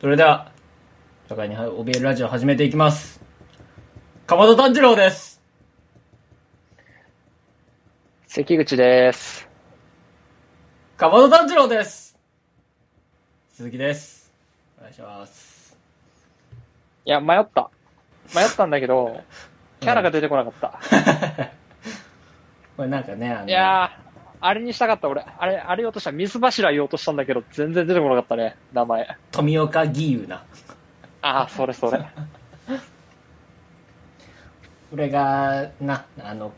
それでは、社会に怯えるラジオ始めていきます。かまど炭治郎です。関口です。かまど炭治郎です。鈴木です。お願いします。いや、迷った。迷ったんだけ ど、キャラが出てこなかった。これなんかね、あの、いやー、あれにしたかった、俺。あれ、あれ言おうとした。水柱言おうとしたんだけど、全然出てこなかったね、名前。富岡義勇な。ああ、それ それ。俺が、な、あの、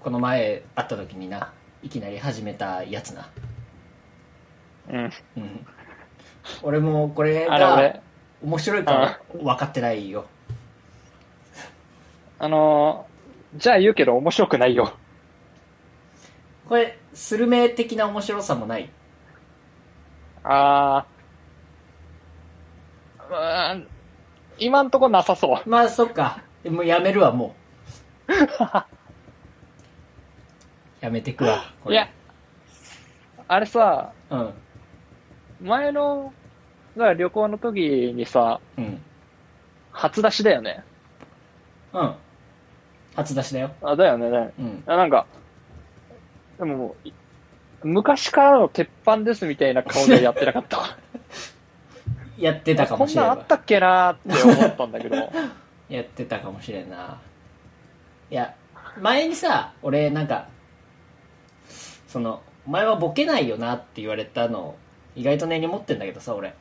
この前会った時にな、いきなり始めたやつな。うん。うん。俺もこれあれが俺、面白いから分かってないよ。あのー、じゃあ言うけど面白くないよ。これ、スルメ的な面白さもない。あー、うーん、今んとこなさそう。まあ、そっか。もうやめるわ、も う。やめてくわ。こいれや、あれさ、うん。前の、だから旅行の時にさ、うん。初出しだよね。うん。初出しだよ。あ、だよね、だよね。うん。あなんか、でももう、い昔からの鉄板ですみたいな顔でやってなか った。やってたかもこんしれなんあなったっけなーって思ったんだけ ど。い。やってたかもしれんな。いや、前にさ、俺、なんか、その、お前はボケないよなって言われたの、意外と根に持ってんだけどさ、 俺。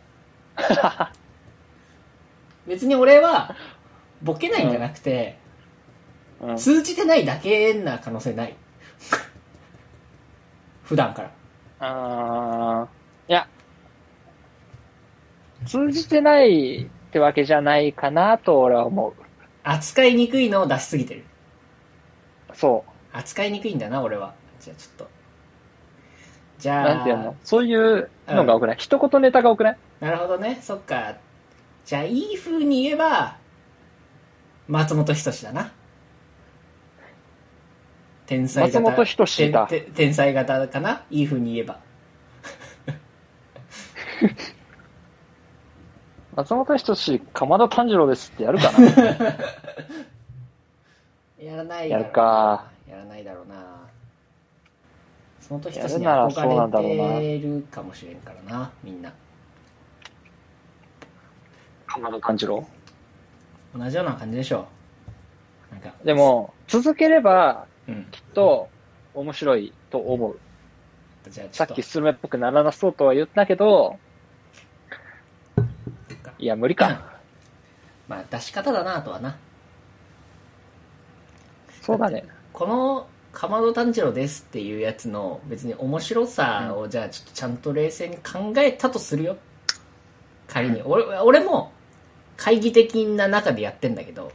別に俺は、ボケないんじゃなくて、うん、通じてないだけな可能性ない 普段からあーいや、通じてないってわけじゃないかなと俺は思う。扱いにくいのを出しすぎてるそ扱いにくいんだな俺はじゃあちょっとじう。ゃあなんていうのそういうのが多くない、一言ネタが多くないなるほどねそっかじゃあいい風に言えば松本人志だな天才型松本人志だてて天才型かないい風に言えば松本人志、鎌田炭治郎ですってやるか なやらないやるかやらないだろうなその時たやちるにならそうなんだろうな憧れてるかもしれんからなみんな鎌田炭治郎同じような感じでしょなんかでも、続ければうんきっと面白いと思う。じゃあちさょっっときスルメっぽくならなそうとは言ったけど、いや、無 理か。まあ出し方だなとはなそうだね。この「かまど炭治郎です」っていうやつの別に面白さをじゃあちょっとちゃんと冷静に考えたとするよ仮に俺俺も懐疑的な中でやってんだけど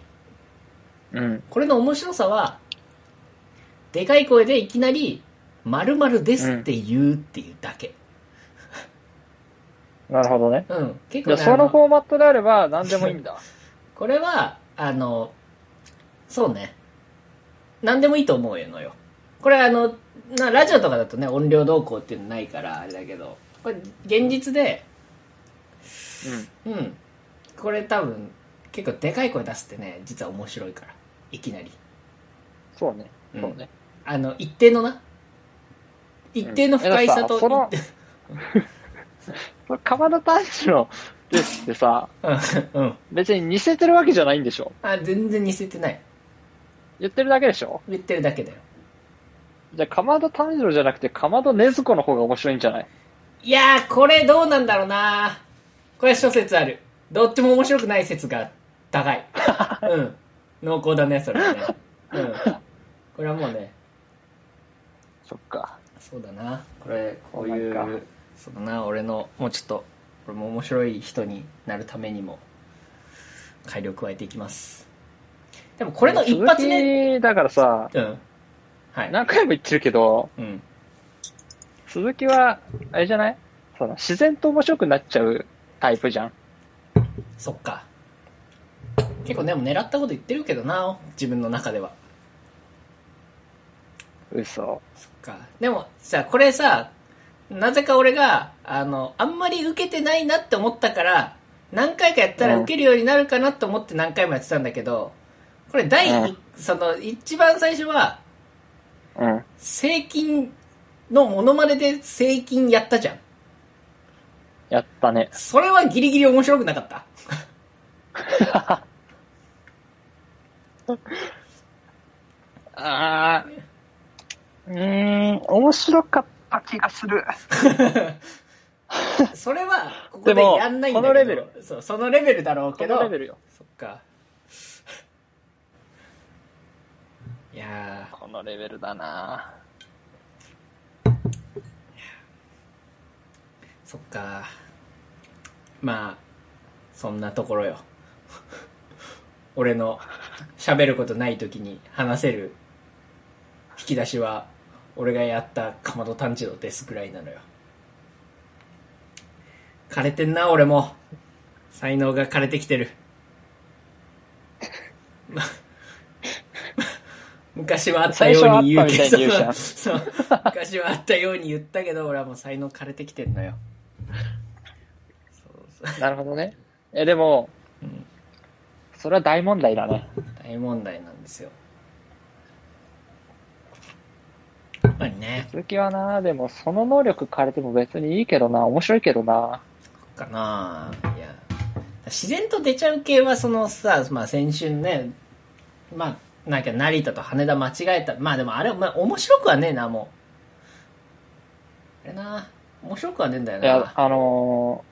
うん。これの面白さは、でかい声でいきなり、〇〇ですって言うっていうだけ。なるほどね。うん。結じ構ゃあ、ね、そあののフォーマットであれば何でもいいんだ。これは、あの、そうね。何でもいいと思うのよ。これあの、なラジオとかだとね、音量動向っていうのないから、あれだけど、これ現実で、うん。これ多分、結構でかい声出すってね、実は面白いから。いきなり。そうね。うんそうね。あの、一定のな、一定の不快さと、うんその それ、鎌田炭治郎ですってさ、 うん、うん。別に似せてるわけじゃないんでしょあ、全然似せてない。言ってるだけでしょ言ってるだけだよ。じゃあ、鎌田炭治郎じゃなくて、鎌田禰豆子の方が面白いんじゃないいやー、これどうなんだろうなこれ諸説ある。どっちも面白くない説が高 い。うん。濃厚だね、それはね。うん。これはもうね、そっか。そうだな。これ、こういそうなうんか、そうだな、俺の、もうちょっと、俺も面白い人になるためにも、改良加えていきます。でもこれの一発目、鈴木だからさ、うん。はい。何回も言ってるけど、うん。鈴木は、あれじゃないその自然と面白くなっちゃうタイプじゃん。そっか。結構でも狙ったこと言ってるけどな、自分の中では。嘘。そっか。でもさ、これさ、なぜか俺が、あの、あんまり受けてないなって思ったから、何回かやったらうん受けるようになるかなと思って何回もやってたんだけど、これ第一、うんその、一番最初は、うん。正金のモノマネで正金やったじゃん。やったね。それはギリギリ面白くなかった。ああ。うーん、面白かった気がする。それは、ここででもやんないんだけど。このレベル。そう、そのレベルだろうこけのどレ。ベルよ。そっか。 いやこのレベルだなー、そっか。まあ、そんなところよ。 俺の喋ることない時に話せる引き出しは、俺がやったかまど探知のですぐらいなのよ。枯れてんな、俺も。才能が枯れてきてる。 ま昔はあったように言うけ最初はあったみたいに言うじゃど、んそう、昔はあったように言ったけど、俺はもう才能枯れてきてんのよ。そうそうなるほどね。え、でも、うんそれは大問題だね。大問題なんですよ。やっぱりね。続きはなでもその能力変えても別にいいけどな面白いけどなかないや自然と出ちゃう系はそのさ、まあ、先週ねまあなんか成田と羽田間違えたまあでもあれ、まあ、面白くはねえなもうあれな面白くはねえんだよいや、なあの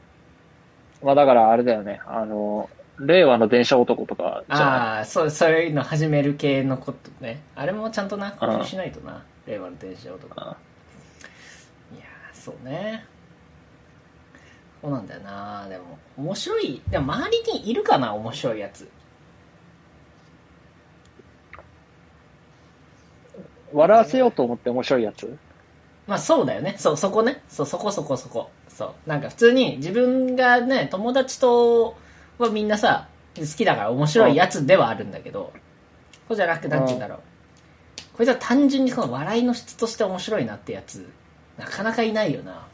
ー、まあだからあれだよね、あのー、令和の電車男とかじゃああそうそういうの始める系のことねあれもちゃんとなうん工夫しないとな令和の電車とかないやーそうねそうなんだよなでも面白いでも周りにいるかな面白いやつ笑わせようと思って面白いやつまあそうだよね。そう、そこね。そう、そこそこそこ。そう。なんか普通に自分がね、友達とはみんなさ、好きだから面白いやつではあるんだけど、そうじゃなくて、なんて言うんだろう。こいつは単純にその笑いの質として面白いなってやつ、なかなかいないよな。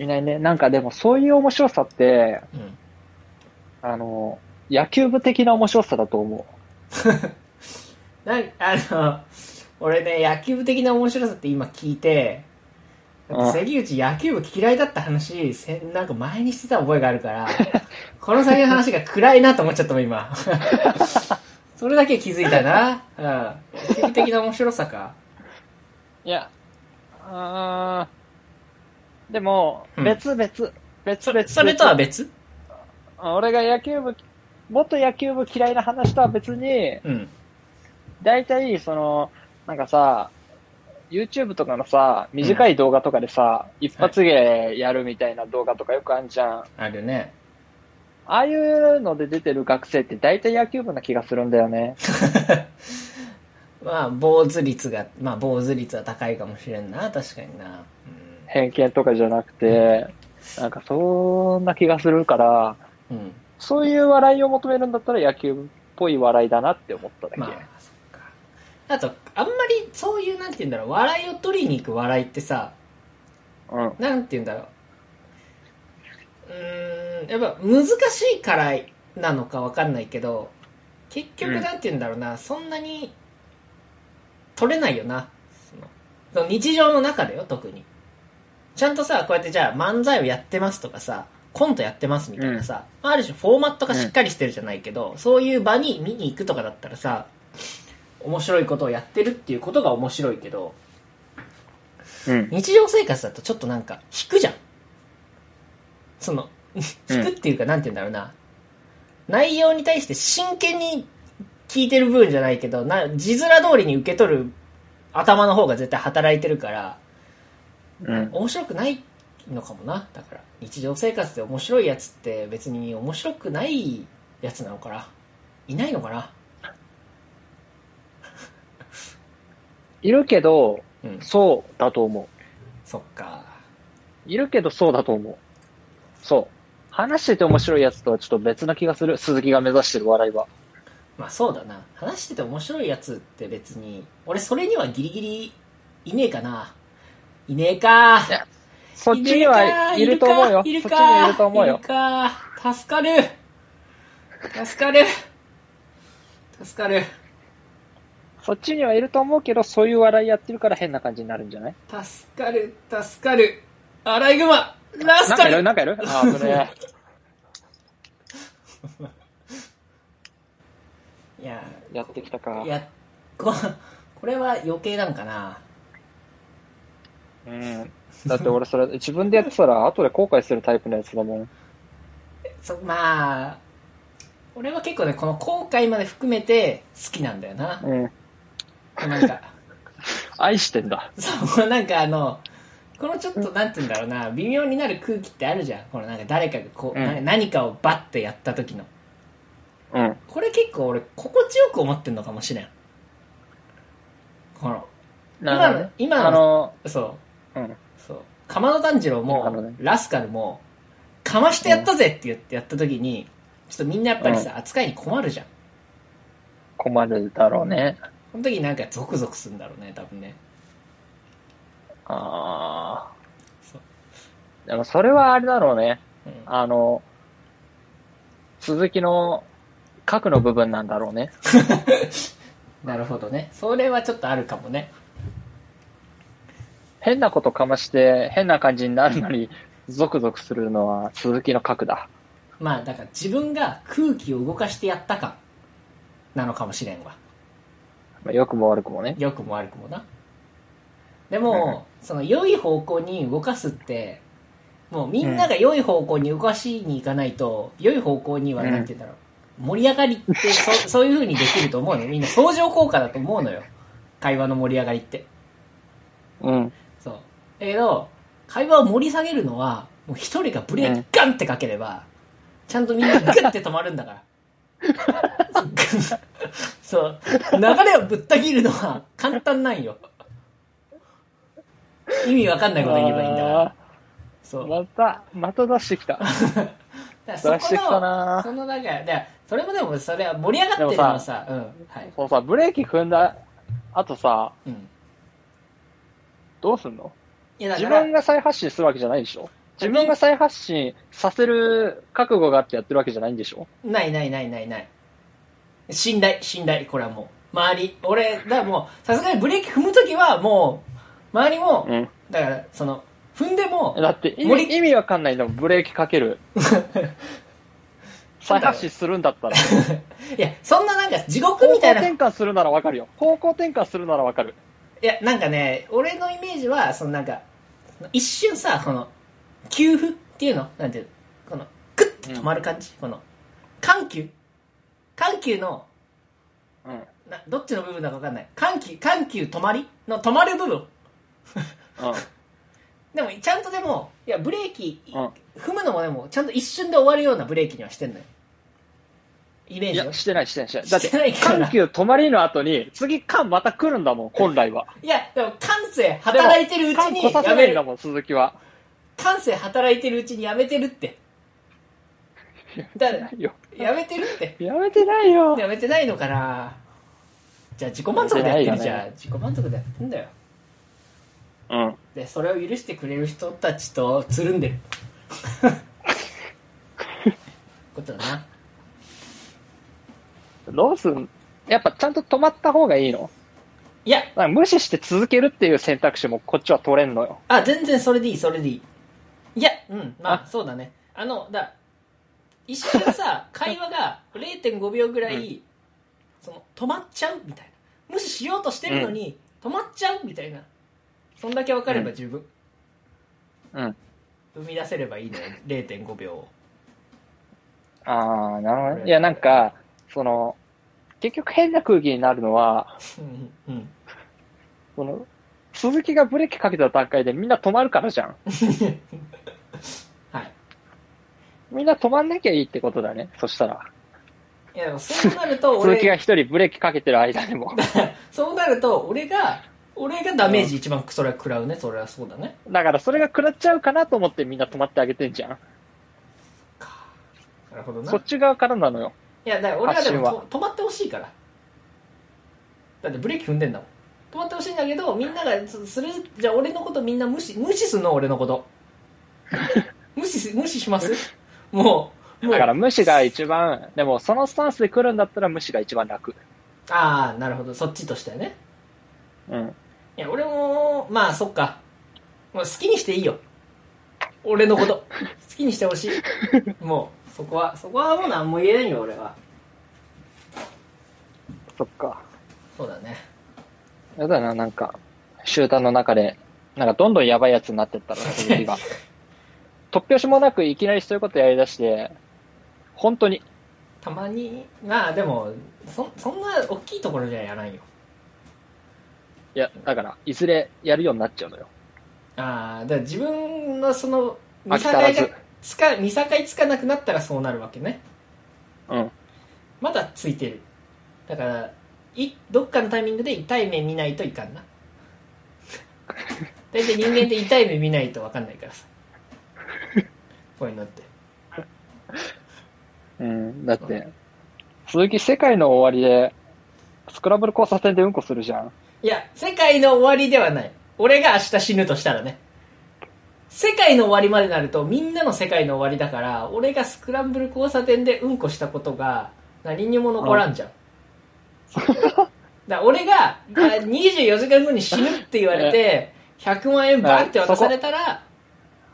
いないね。なんかでもそういう面白さって、うん。あのー、野球部的な面白さだと思なんあの、俺ね、野球部的な面白さって今聞いて、だって関口野球部嫌いだった話、せなんか前にしてた覚えがあるから、この先の話が暗いなと思っちゃったもん、 今。それだけ気づいたな。うん。野球部的な面白さか。う。いや、あーでも、うん別別、別別。それとは別あ俺が野球部、元野球部嫌いな話とは別に、うん。大体、その、なんかさ、YouTube とかのさ、短い動画とかでさ、一発芸やるみたいな動画とかよくあんじゃん。あるね。ああいうので出てる学生って大体野球部な気がするんだよね。まあ、坊主率が、まあ、坊主率は高いかもしれんな。確かにな。偏見とかじゃなくて、なんかそんな気がするから、うん。うん。そういう笑いを求めるんだったら野球部っぽい笑いだなって思っただけ。まあ、そっか。あと、あんまりそういう、なんて言うんだろう、笑いを取りに行く笑いってさ、うん。なんて言うんだろう。うーん、やっぱ難しいからなのかわかんないけど、結局なんて言うんだろうな、そんなに取れないよな。そのその日常の中でよ、特に。ちゃんとさ、こうやってじゃあ漫才をやってますとかさ、コントやってますみたいなさ、まあある種フォーマットがしっかりしてるじゃないけど、そういう場に見に行くとかだったらさ、面白いことをやってるっていうことが面白いけど、うん。日常生活だとちょっとなんか引くじゃん。その、引くっていうかなんて言うんだろうな。内容に対して真剣に聞いてる部分じゃないけど、な、字面通りに受け取る頭の方が絶対働いてるから、うん。面白くないのかもな。だから、日常生活で面白いやつって別に面白くないやつなのかな。いないのかな。いるけど、うん。そうだと思う。そっか。いるけどそうだと思う。そう。話してて面白いやつとはちょっと別な気がする。鈴木が目指してる笑いは。まあそうだな。話してて面白いやつって別に、俺それにはギリギリいねえかな。いねえか。そっちにはいると思うよ。そっちいにるはいかると思うよいる。か助かる助かる助かるそっちにはいると思うけど、そういう笑いやってるから変な感じになるんじゃない助かる助かるアライグマラスなカんかいるルなんかいるあー、それ。いや やってきたかい。やここれは余計なんかなうん。だって俺それ、自分でやってたら、後で後悔するタイプのやつだもん。そまあ俺は結構ねこの後悔まで含めて好きなんだよなうん。なんか 愛してんだ。そうなんかあのこのちょっとなんて言うんだろうな微妙になる空気ってあるじゃんこのなんか誰かがこう、うんな何かをバッてやった時のうん。これ結構俺心地よく思ってんのかもしれんこのなるほどね。今の今のあの、そううん。そうかまど炭治郎なるほもどねラスカルもかましてやったぜって言ってやった時にちょっとみんなやっぱりさ、扱いに困るじゃん困るだろうね。この時なんかゾクゾクするんだろうね多分ねあそうあ。でもそれはあれだろうね。うんあの、鈴木の核の部分なんだろうね。なるほどねそれはちょっとあるかもね変なことかまして、変な感じになるのに、 ゾクゾクするのは鈴木の核だ。まあだから自分が空気を動かしてやった感なのかもしれんわまあ良くも悪くもね。良くも悪くもなでも、その良い方向に動かすってもうみんなが良い方向に動かしに行かないと、良い方向にはうんなんて言うんだろう、盛り上がりって そそういう風にできると思うのみんな相乗効果だと思うのよ会話の盛り上がりってうん。そうだけど会話を盛り下げるのはもう一人がブレーキガンってかければ、ちゃんとみんなグッて止まるんだ からそう流れをぶった切るのは簡単なんよ意味わかんないこと言えばいいんだからあそうーまた、また出してきた。だか出らしそてきたこのなそのだからだからそれもでもそれは盛り上がってるのはさうんはい、そうさ、ブレーキ踏んだ後さ、うん、どうすんのいやだ自から分が再発信するわけじゃないでしょ自分が再発信させる覚悟があってやってるわけじゃないんでしょないないないないない信頼信頼これはもう周り俺だからもうさすがにブレーキ踏む時はもう周りも、うん。だからその踏んでもだって意森味意味わかんないのブレーキか ける。再発信するんだったら。いやそんななんか地獄方向みたいな転換するならわかるよ。方向転換するならわかる。いやなんかね俺のイメージはそのなんか一瞬さこの給付っていうのなんていうのこのグッて止まる感じ、この緩急緩急のうん。うん。などっちの部分だか分かんない緩急緩急止まりの止まる部分でもちゃんとでもいやブレーキう踏むのもでもちゃんと一瞬で終わるようなブレーキにはしてんのよイメーいジはや、してないしてないしてない。だっしてないて、から緩急止まりの後に、次間また来るんだもん、本来は。いやでも感性働いてるうち間に来さやせなめいんだるもん、鈴木は。感性働いてるうちにやめてるってだからいややめてるってやめてないよ。やめてないのかなじゃあ自己満足でやってるじゃん、や自己満足でやってんだようん。でそれを許してくれる人たちとつるんで ることだなどうすんやっぱちゃんと止まった方がいいのいやなんか無視して続けるっていう選択肢もこっちは取れんのよ。あ、全然それでいい、それでいい。いや、うん、まあ、あそうだね。あの、だ、一瞬 さ、会話が0.5秒ぐらい、うその、止まっちゃうみたいな。無視しようとしてるのに、止まっちゃうみたいな。そんだけ分かれば十分。うん。生み出せればいいのよ、0.5秒を。 ああ、なるほどね。いや、なんか、その、結局変な空気になるのは、うん、うん。その、鈴木がブレーキかけた段階でみんな止まるからじゃ ん。はい。みんな止まんなきゃいいってことだね。そしたら。いや、でも そうなると、鈴木が俺、一人ブレーキかけてる間で も。そうなると、俺が、俺がダメージ一番それは食らうね、それはそうだね。だからそれが食らっちゃうかなと思ってみんな止まってあげてんじゃん。なるほどな。そっち側からなのよ。いや、だから俺はでも発信と止まってほしいから。だってブレーキ踏んでんだもん。 止まってほしいんだけど、みんながすする、じゃあ俺のことみんな無視、無視すんの俺のこと。無視す、無視しますもう、もうだか、ら無視が一番、でもそのスタンスで来るんだったら無視が一番楽。ああ、なるほど、そっちとしてはね。うん。いや、俺も、まあ、そっか。もう好きにしていいよ。俺のこと。好きにしてほしい。もう、そこは、そこはもう何も言えないよ、俺は。そっか。そうだね。やだな、なんか、集団の中で、なんかどんどんやばいやつになっ てったら、鈴木が。突拍子もなくいきなりそういうことやりだして、本当に、たまに、まあ、でも、そ、そんな大きいところじゃやらんよ。いや、だから、いずれやるようになっちゃうのよ。ああ、だから自分のその、見飽境き足らがず。つか、見境つかなくなったらそうなるわけね。うん。まだついてる。だから、い、どっかのタイミングで痛い目見ないといか んな。大体人間って痛い目見ないと分かんないからさ。こういうのって。うん、だって、鈴木世界の終わりで、スクラブル交差点でうんこするじゃん。いや、世界の終わりではない。俺が明日死ぬとしたらね。世界の終わりまでなるとみんなの世界の終わりだから、俺がスクランブル交差点でうんこしたことが何にも残らんじゃん。だから俺があ24時間後に死ぬって言われて、100万円バンって渡されたら、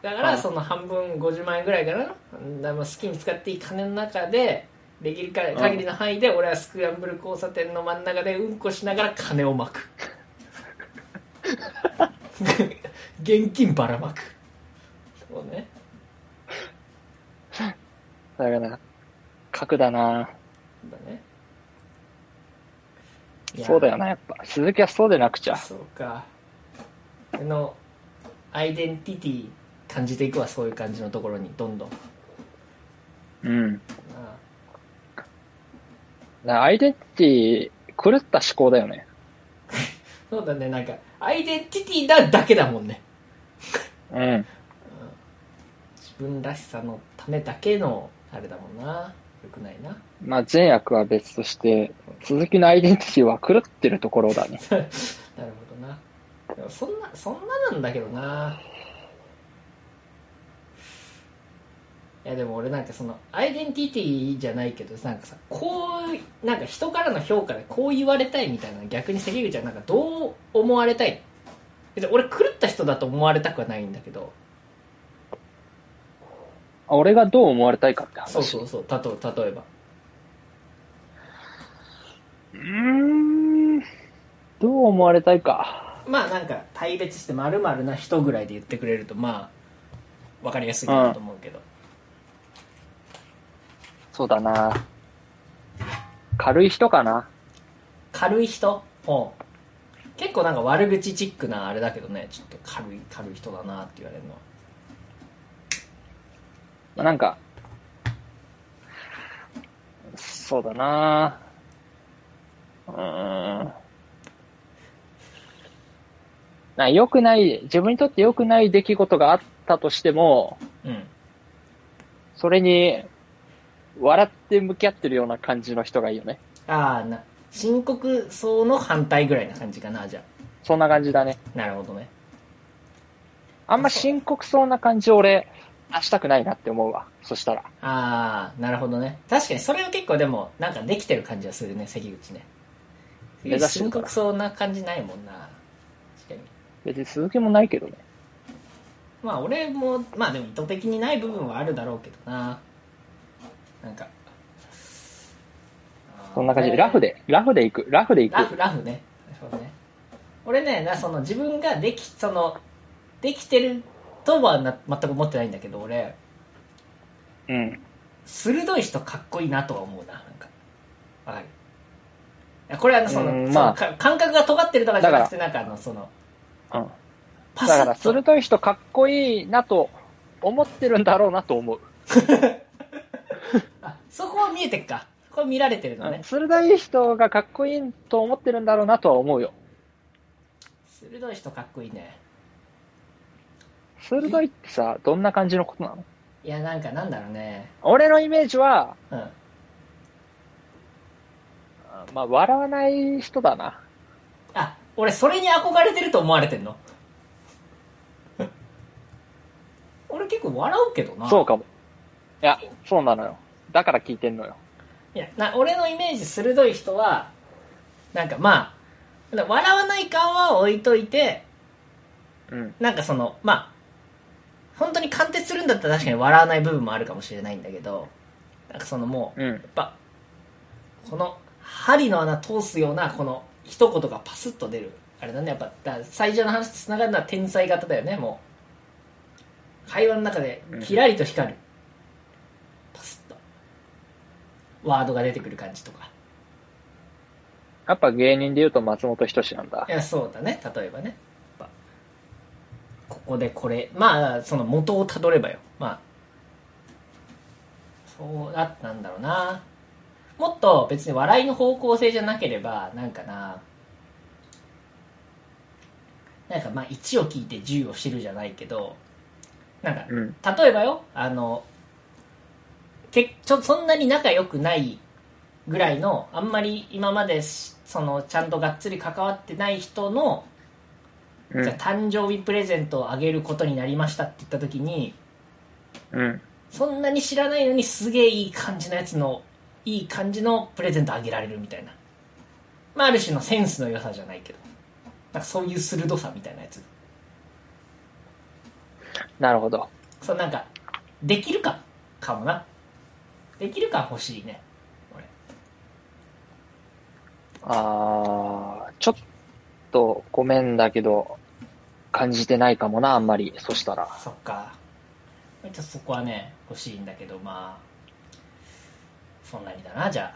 だからその半分50万円ぐらいかな。だからもう好きに使っていい金の中で、できるか限りの範囲で俺はスクランブル交差点の真ん中でうんこしながら金をまく 現金ばらまくそうねだからな、核だな。だねいやそうだよな、やっぱ。鈴木はそうでなくちゃ。そうかあのアイデンティティ感じていくわそういう感じのところにどんどんうん。あだからアイデンティティ、狂った思考だよね。そうだねなんかアイデンティティだだけだもんねうん。自分らしさのためだけのあれだもんなよくないなまあ、善悪は別として、鈴木のアイデンティティは狂ってるところだね。なるほどなでもそんなそんななんだけどないやでも俺なんかそのアイデンティティじゃないけどなんかさこうなんか人からの評価でこう言われたいみたいなの逆に関口はなんかどう思われたい別に俺狂った人だと思われたくはないんだけどあ俺がどう思われたいかって話。そうそうそうたと例えばうーん。どう思われたいか。まあなんか対別してまるな人ぐらいで言ってくれるとまあわかりやすいかなと思うけど、そうだな。軽い人かな。軽い人お結構なんか悪口チックなあれだけどねちょっと軽い軽い人だなって言われるのはまあなんか、そうだな。うーん。な良くない、自分にとって良くない出来事があったとしても、うんそれに、笑って向き合ってるような感じの人がいいよね。ああな深刻そうの反対ぐらいな感じかなじゃそんな感じだね。あなるほどねあんま深刻そうな感じを俺、出したくないなって思うわ。そしたら。ああなるほどね確かにそれは結構でもなんかできてる感じがするね関口ね目指して深るから刻そうな感じないもんな確かに別に続きもないけどね。まあ俺もまあでも意図的にない部分はあるだろうけどななんかあーそんな感じで、ラフで、ラフで行く、ラフで行ラく。フラフねそうね俺ねなその自分ができそのできてるとはな全く思ってないんだけど俺うん。鋭い人かっこいいなとは思うななんかわかるいやこれはあのその,、うんまあそのか感覚が尖ってるとかじゃなくてなんかあのそのうん。パだかスら、ッと鋭い人かっこいいなと思ってるんだろうなと思う。あそこは見えてっかこれ見られてるのね鋭い人がかっこいいと思ってるんだろうなとは思うよ。鋭い人かっこいいね鋭いってさ、どんな感じのことなのいやなんかなんだろうね俺のイメージは、うんああまあ、笑わない人だな。俺それに憧れてると思われてんの 俺結構笑うけどな。そうかも。いや、そうなのよ。だから聞いてんのよ。いやな俺のイメージ鋭い人はなんかまあな笑わない顔は置いといてうん。なんかそのまあ本当に貫徹するんだったら確かに笑わない部分もあるかもしれないんだけどなんかそのもうやうん。っぱこの針の穴通すようなこの一言がパスッと出るあれだねやっぱだ最初の話とつながるのは天才型だよねもう会話の中でキラリと光る、パスッとワードが出てくる感じとかやっぱ芸人で言うと松本人志なんだい。やそうだね例えばねやっぱここでこれまあその元をたどればよまあそうだったんだろうなもっと別に笑いの方向性じゃなければなんかななんかまあ1を聞いて10を知るじゃないけどなんかうん。例えばよあのけちょそんなに仲良くないぐらいのあんまり今までしそのちゃんとがっつり関わってない人の、うじゃあん。誕生日プレゼントをあげることになりましたって言った時にうん。そんなに知らないのにすげえいい感じのやつのいい感じのプレゼントあげられるみたいな、まあ、ある種のセンスの良さじゃないけどなんかそういう鋭さみたいなやつなるほど。そうなんかできるかかもなできるか欲しいね俺あー、ちょっとごめんだけど、感じてないかもな、あんまり。そしたら。そっかちょっとそこはね欲しいんだけどまあそんなにだなじゃ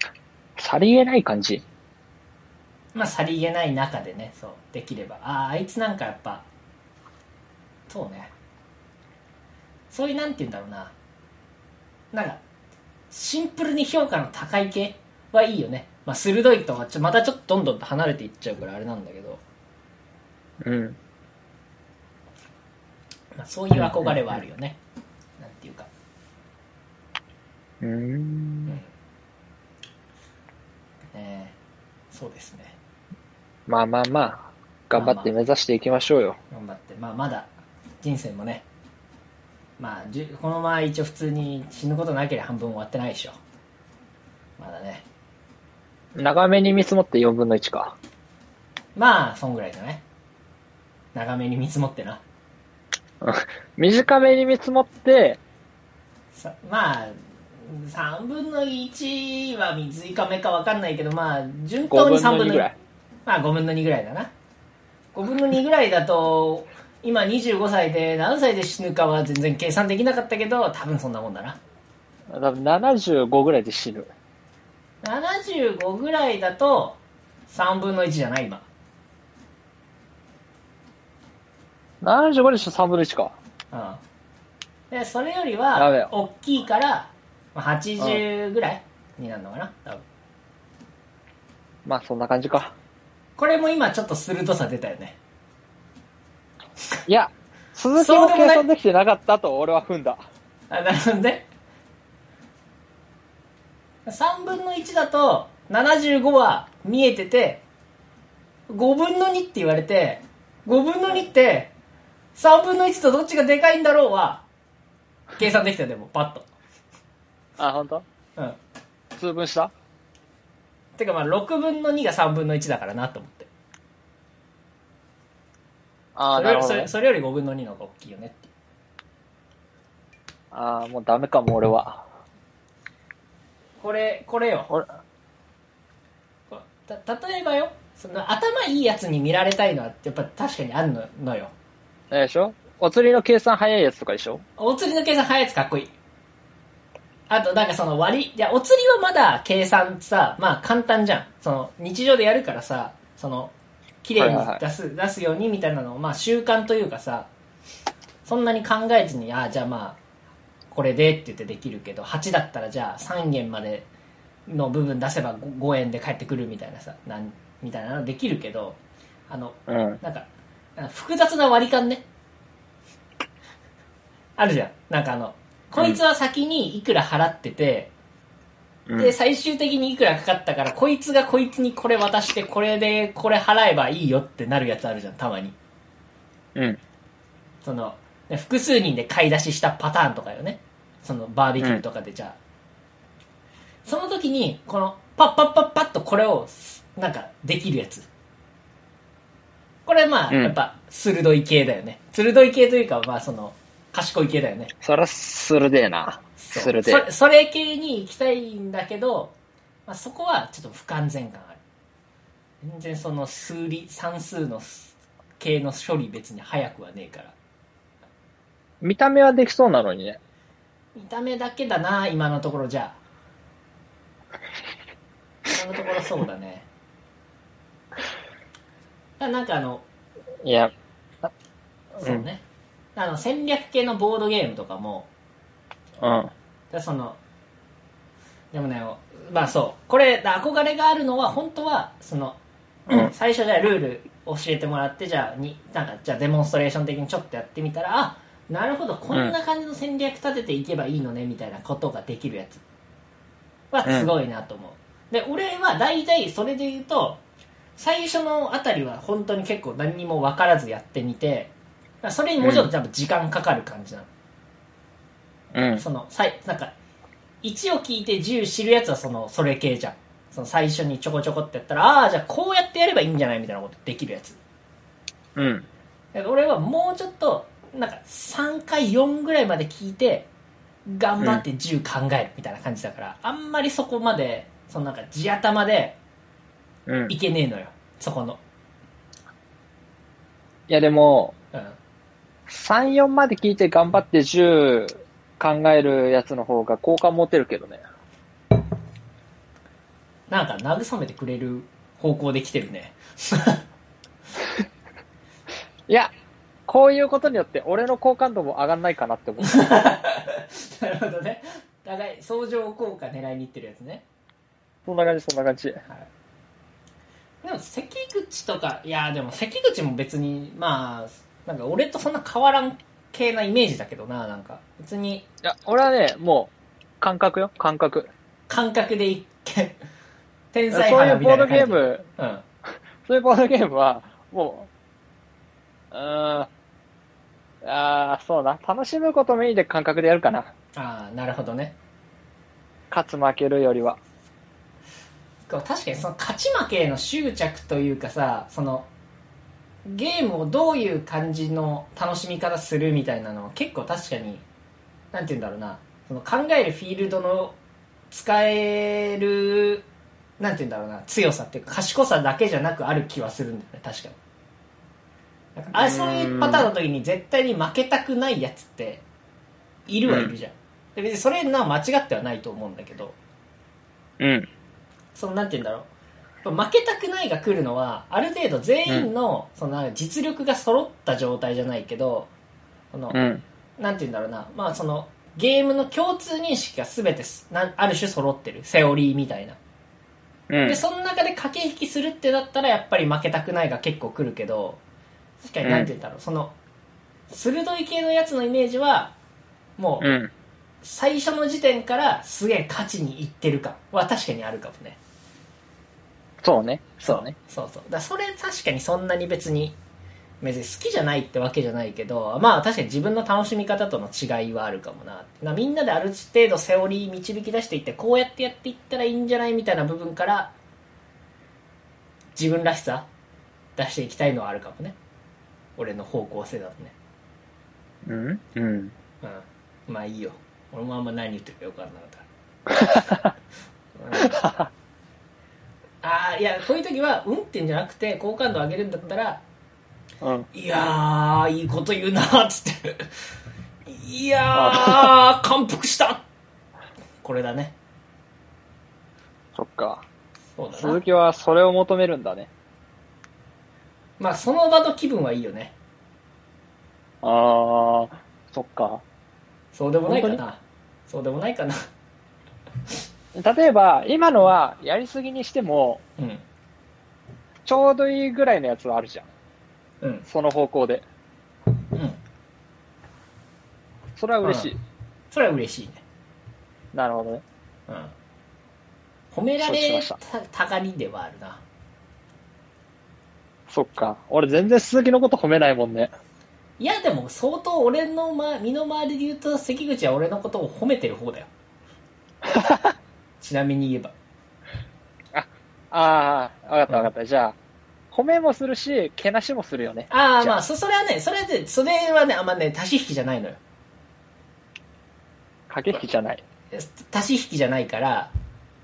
あさりげない感じ。まあさりげない中でねそうできればあああいつなんかやっぱそうねそういうなんて言うんだろうななんかシンプルに評価の高い系はいいよね、まあ、鋭いとはちょまたちょっとどんどんと離れていっちゃうからあれなんだけど、うん。まあ、そういう憧れはあるよねなんていうかうーん。ねえそうですねまあまあまあ、頑張って目指していきましょうよ。頑張ってまあまだ人生もねまあじゅこのまま一応普通に死ぬことなければ半分終わってないでしょまだね長めに見積もって4分の1か。まあそんぐらいだね長めに見積もってな短めに見積もって、さまあ3分の1は水いかめか分かんないけどまあ順5当に分3の分2の1ぐらい。まあ5分の2ぐらいだな5分の2ぐらいだと今25歳で何歳で死ぬかは全然計算できなかったけど多分そんなもんだな多分75ぐらいで死ぬ。 75ぐらいだと3分の1じゃない今75でしょ3分の1か。うんでそれよりやべえは大きいからまあ80ぐらいになるのかな多分まあそんな感じ か。これも今ちょっと鋭さ出たよねいや、鈴木も計算できてなかったと俺は踏んだ。あなるほどね3分の1だと75は見えてて5分の2って言われて5分の2って3分の1とどっちがでかいんだろうは計算できたよでもパッとあ、本当？うん通分したてかまあ6分の2が3分の1だからなと思ってそああ、れよなるりほそど、れね。それより5分の2の方が大きいよねっていうああ、もうダメかも俺は。これこれよ俺、こた例えばよその頭いいやつに見られたいのはやっぱ確かにあるののよあれでしょお釣りの計算早いやつとかでしょお釣りの計算早いやつかっこいいあとなんかその割りいやお釣りはまだ計算さまあ簡単じゃんその日常でやるからさその綺麗はいはいはにい出す、出すようにみたいなのをまあ習慣というかさそんなに考えずにああじゃあまあこれでって言ってできるけど8だったらじゃあ3円までの部分出せば 5, 円で返ってくるみたいなさなんみたいなのできるけどあのうん。なんか、あの複雑な割り勘ね。あるじゃん。なんかあの、こいつは先にいくら払ってて、うんで、最終的にいくらかかったから、こいつがこいつにこれ渡して、これでこれ払えばいいよってなるやつあるじゃん、たまに。うん。その、ね複数人で買い出ししたパターンとかよね。そのバーベキューとかでじゃあ。その時に、この、パッパッパッパッとこれをす、なんか、できるやつ。これまあ、うんやっぱ、鋭い系だよね。鋭い系というか、まあその、賢い系だよね。そら、鋭えな。そう鋭そえ。れそれ系に行きたいんだけど、まあ、そこはちょっと不完全感ある全然その数理算数の系の処理別に早くはねえから見た目はできそうなのにね。見た目だけだな今のところじゃあ今のところそうだねだなんかあのいや、そうね、あの戦略系のボードゲームとかもうん。でそのでもねまあそうこれ憧れがあるのは本当はその、うん最初じゃあルール教えてもらってじゃあになんかじゃあデモンストレーション的にちょっとやってみたらあなるほどこんな感じの戦略立てていけばいいのねみたいなことができるやつはすごいなと思う、で俺は大体それで言うと最初のあたりは本当に結構何にも分からずやってみてそれにもうちょっと多分時間かかる感じなの、うん。その、さい、なんか、1を聞いて10知るやつはその、それ系じゃん。その最初にちょこちょこってやったら、ああー、じゃあこうやってやればいいんじゃないみたいなことできるやつ。うん。だから俺はもうちょっと、なんか3回4ぐらいまで聞いて、頑張って10考えるみたいな感じだから、あんまりそこまで、そのなんか地頭でうん。いいけねえのよ。そこの。や、でも、うん。 3、4まで聞いて頑張って10考えるやつの方が好感持てるけどね。なんか慰めてくれる方向で来てるね。いや、こういうことによって俺の好感度も上がんないかなって 思う。 なるほどね。互い相乗効果狙いにいってるやつね。そんな感じ、そんな感じ。でも関口とかいやでも関口も別にまあなんか俺とそんな変わらん系なイメージだけどななんか別にいや、俺はね、もう、感覚よ、感覚。感覚で一見天そう才い派うみボたいーなド感じゲーム、うんそういうボードゲームは、もう、うーん、あーそうな、楽しむことメインで感覚でやるかな。ああなるほどね勝つ負けるよりは。こう確かにその勝ち負けへの執着というかさそのゲームをどういう感じの楽しみ方するみたいなのは結構確かになんて言うんだろうなその考えるフィールドの使えるなんて言うんだろうな強さっていうか賢さだけじゃなくある気はするんだよね確かになんかあうーんそういうパターンの時に絶対に負けたくないやつっているはいるじゃん、で別にそれな間違ってはないと思うんだけど、うん。そのなんて言うんだろう負けたくないが来るのはある程度全員の,、その実力が揃った状態じゃないけどその、うん。なんて言うんだろうな、まあ、そのゲームの共通認識が全てすなんある種揃ってるセオリーみたいなうんで。その中で駆け引きするってなったらやっぱり負けたくないが結構来るけど確かになんて言うんだろう、その鋭い系のやつのイメージはもううん。最初の時点からすげえ勝ちにいってる感は確かにあるかもねそうね。そうね。そうそう。だからそれ確かにそんなに別に、別に好きじゃないってわけじゃないけど、まあ確かに自分の楽しみ方との違いはあるかもな。なみんなである程度セオリー導き出していって、こうやってやっていったらいいんじゃないみたいな部分から、自分らしさ出していきたいのはあるかもね。俺の方向性だとね。うん。うん。うん。まあいいよ。俺もあんま何言ってるかよくわかんなかった。う んああ、いや、こういう時は、うんって言うんじゃなくて、好感度上げるんだったら、うん。いやー、いいこと言うなーっつって。いやー、感服したこれだね。そっか。そうだ鈴な。木はそれを求めるんだね。まあ、その場の気分はいいよね。ああ、そっか。そうでもないか本当な。そうでもないかな。例えば、今のはやりすぎにしても、うん。ちょうどいいぐらいのやつはあるじゃん。うん。その方向で。うん。それは嬉しい。それは嬉しいね。なるほどね。うん。褒められ承知しまたたがりではあるな。そっか。俺全然鈴木のこと褒めないもんね。いや、でも相当俺の、ま、身の回りで言うと関口は俺のことを褒めてる 方だよ。ちなみに言えば。ああ、わかったわかった。じゃあ、褒めもするし、けなしもするよね。ああ、じゃあまあ、そ、それはね、それで、それはね、あんまね、足し引きじゃないのよ。駆け引きじゃない。足し引きじゃないから、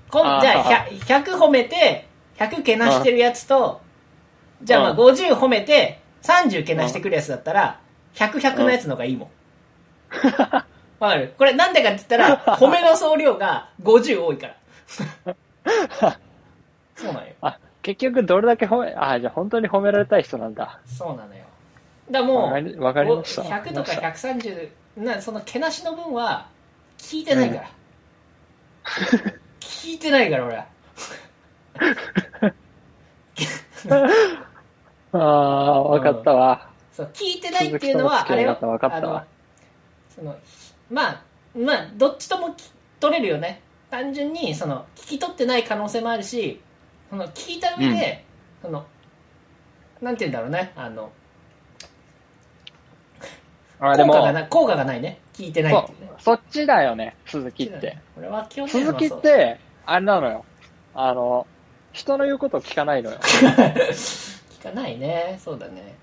こんあーじゃあ 100, 100褒めて、100けなしてるやつと、じゃあまあうん50褒めて、30けなしてくるやつだったら、100、100のやつの方がいいも ん。わかるこれなんでかって言ったら、褒めの総量が50多いから。 そうなんよ。あ、結局どれだけ褒め、ああ、じゃあ本当に褒められたい人なんだ。そうなのよ。だからわもかう、りわかりました。 100とわかりました130なそのけなしの分は聞いてないから、聞いてないから俺はああ、わかったわ。そう聞いてないっていうのはあ鈴木れとの付よき合い方分かったわあのそのまあまあどっちともき取れるよね単純にその聞き取ってない可能性もあるしその聞いた上で、そのなんて言うんだろうねあのあで効も果がな効果がないね聞いてないっていうねそっちだよね、鈴木って。これは基本的に鈴は木そうって、あれなのよ。あの、人の言うことを聞かないのよ。 聞かないねそうだね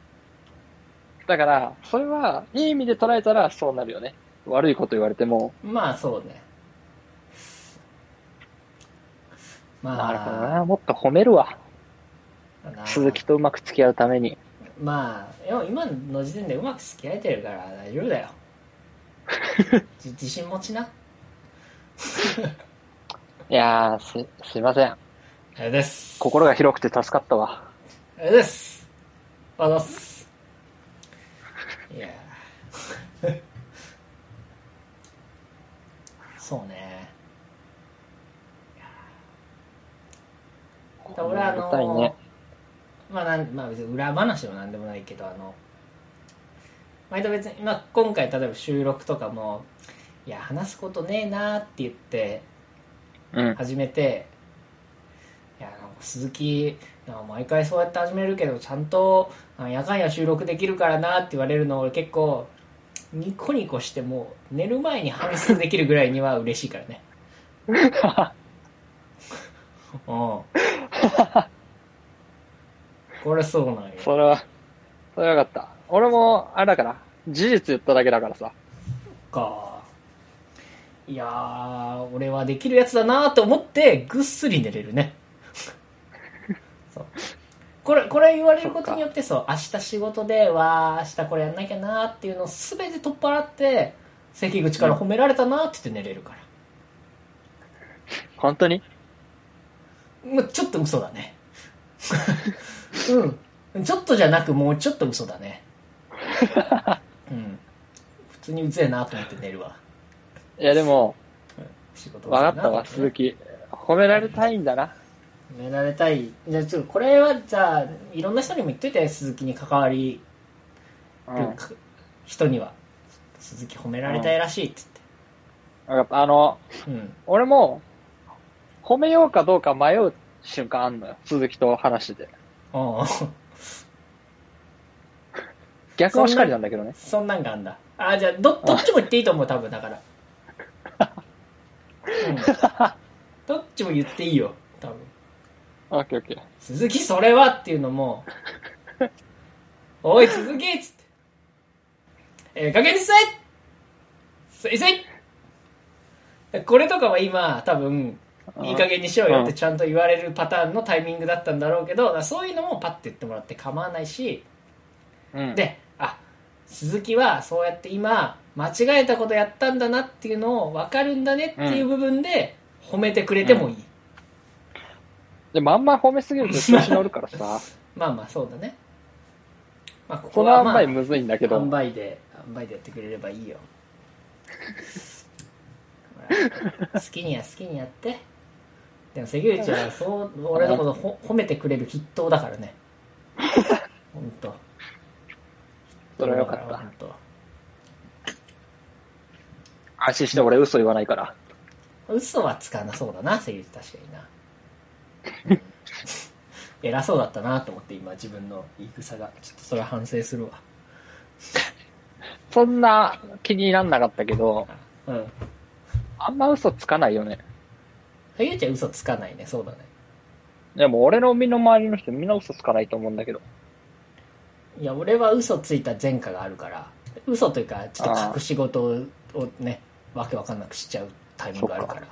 だから、それは、いい意味で捉えたらそうなるよね。悪いこと言われても、まあそうね。まなるほどあ、な、もっと褒めるわ。だな鈴木とうまく付き合うために。まあ、でも今の時点でうまく付き合えてるから大丈夫 だよ。じ自信持ちな。いやー、す、すいません。あれです。心が広くて助かったわ。あれです。あざっす。いや ーそうね。だから俺あありがたいの、ね。まあなん、まあ別に裏話でもなんでもないけど、あの、毎度別に、まあ今回例えば収録とかも、いや、話すことねえなーって言ってうん。始めて、いや、なんか鈴木、なんか毎回そうやって始めるけど、ちゃんと、なんかやかんや収録できるからなーって言われるの俺結構、ニコニコしてもう寝る前に反省できるぐらいには嬉しいから ね。 うん。これそうなんよ。それは、それはよかった。俺も、あれだから、事実言っただけだからさ。かいやー俺はできるやつだなーと思ってぐっすり寝れるね そうこれこれ言われることによってそう明日仕事でわー明日これやんなきゃなーっていうのを全て取っ払って関口から褒められたなーって言って寝れるから、本当にまあちょっと嘘だね うんちょっとじゃなくもうちょっと嘘だ ねうん普通にうぜえなーと思って寝るわいや、でも、仕事わかったわわ、鈴木。褒められたいんだな。褒められたいじゃあちょっとこれはじゃあいろんな人にも言っといて鈴木に関わりうるん。わか人には鈴木褒められたいらしいってかった。あの、言って俺も、褒めようかどうか迷う瞬間あんのよ。鈴木と話してて。うんあ あ逆もしかりなんだけどね。そんなんがあんだああじゃあどどっちも言っていいと思う多分だから、うん、どっちも言っていいよ多分オッケーオッケー。鈴木それはっていうのもおい鈴木っつってえー、加減にせいせいせいこれとかは今多分いい加減にしろよってちゃんと言われるパターンのタイミングだったんだろうけどだからそういうのもパッて言ってもらって構わないしうん。であ鈴木はそうやって今間違えたことやったんだなっていうのを分かるんだねっていう部分で褒めてくれてもいい、でもあんま褒めすぎると調子乗る からさ、まあまあそうだね、まあ、こここのはあんまあまりむずいんだけど、販売で販売でやってくれればいい よほら好きには好きにやってでも関口はそう俺のことほ褒めてくれる筆頭だ からね本当それはよかった。本当安心して俺嘘言わないから。嘘はつかなそうだな関口確かにな 偉そうだったなと思って今自分の言い草がちょっとそれは反省するわそんな気になんなかったけど、うん。あんま嘘つかないよね。ゆうちゃん嘘つかないね、そうだね。でも俺の身の回りの人みんな嘘つかないと思うんだけど。いや、俺は嘘ついた前科があるから、嘘というか、ちょっと隠し事ををね、わけわかんなくしちゃうタイミングがあるから。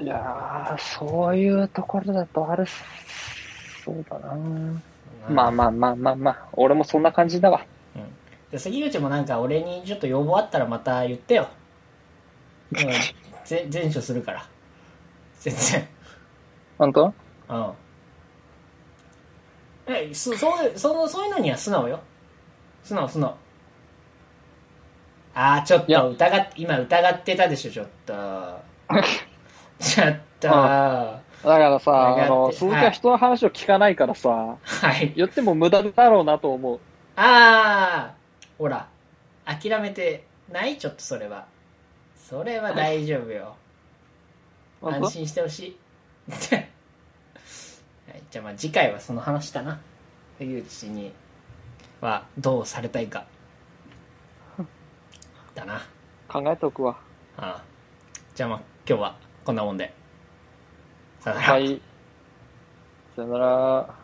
いやー、そういうところだとあるっす、そうだなまあまあまあまあまあ、俺もそんな感じだわ。うん。で、関口もなんか俺にちょっと要望あったらまた言ってよ。うん。ぜ 全処するから。全然。本当うん。え、そ、そう、その、そういうのには素直よ。素直、素直。あー、ちょっいやと疑っ、今疑ってたでしょ、ちょっ と。ちょっと。はだからさ、だあからっの、て鈴木ははい人の話を聞かないからさ、い。言っても無駄だろうなと思う。あー、ほら。諦めてないちょっとそれは。それは大丈夫よ。本安当心してほしい。 はい、じゃあまあ次回はその話だな。竹内にはどうされたいか。だな。考えておくわ。ああじゃあまあ今日はこんなもんで。さよならはい。さよなら。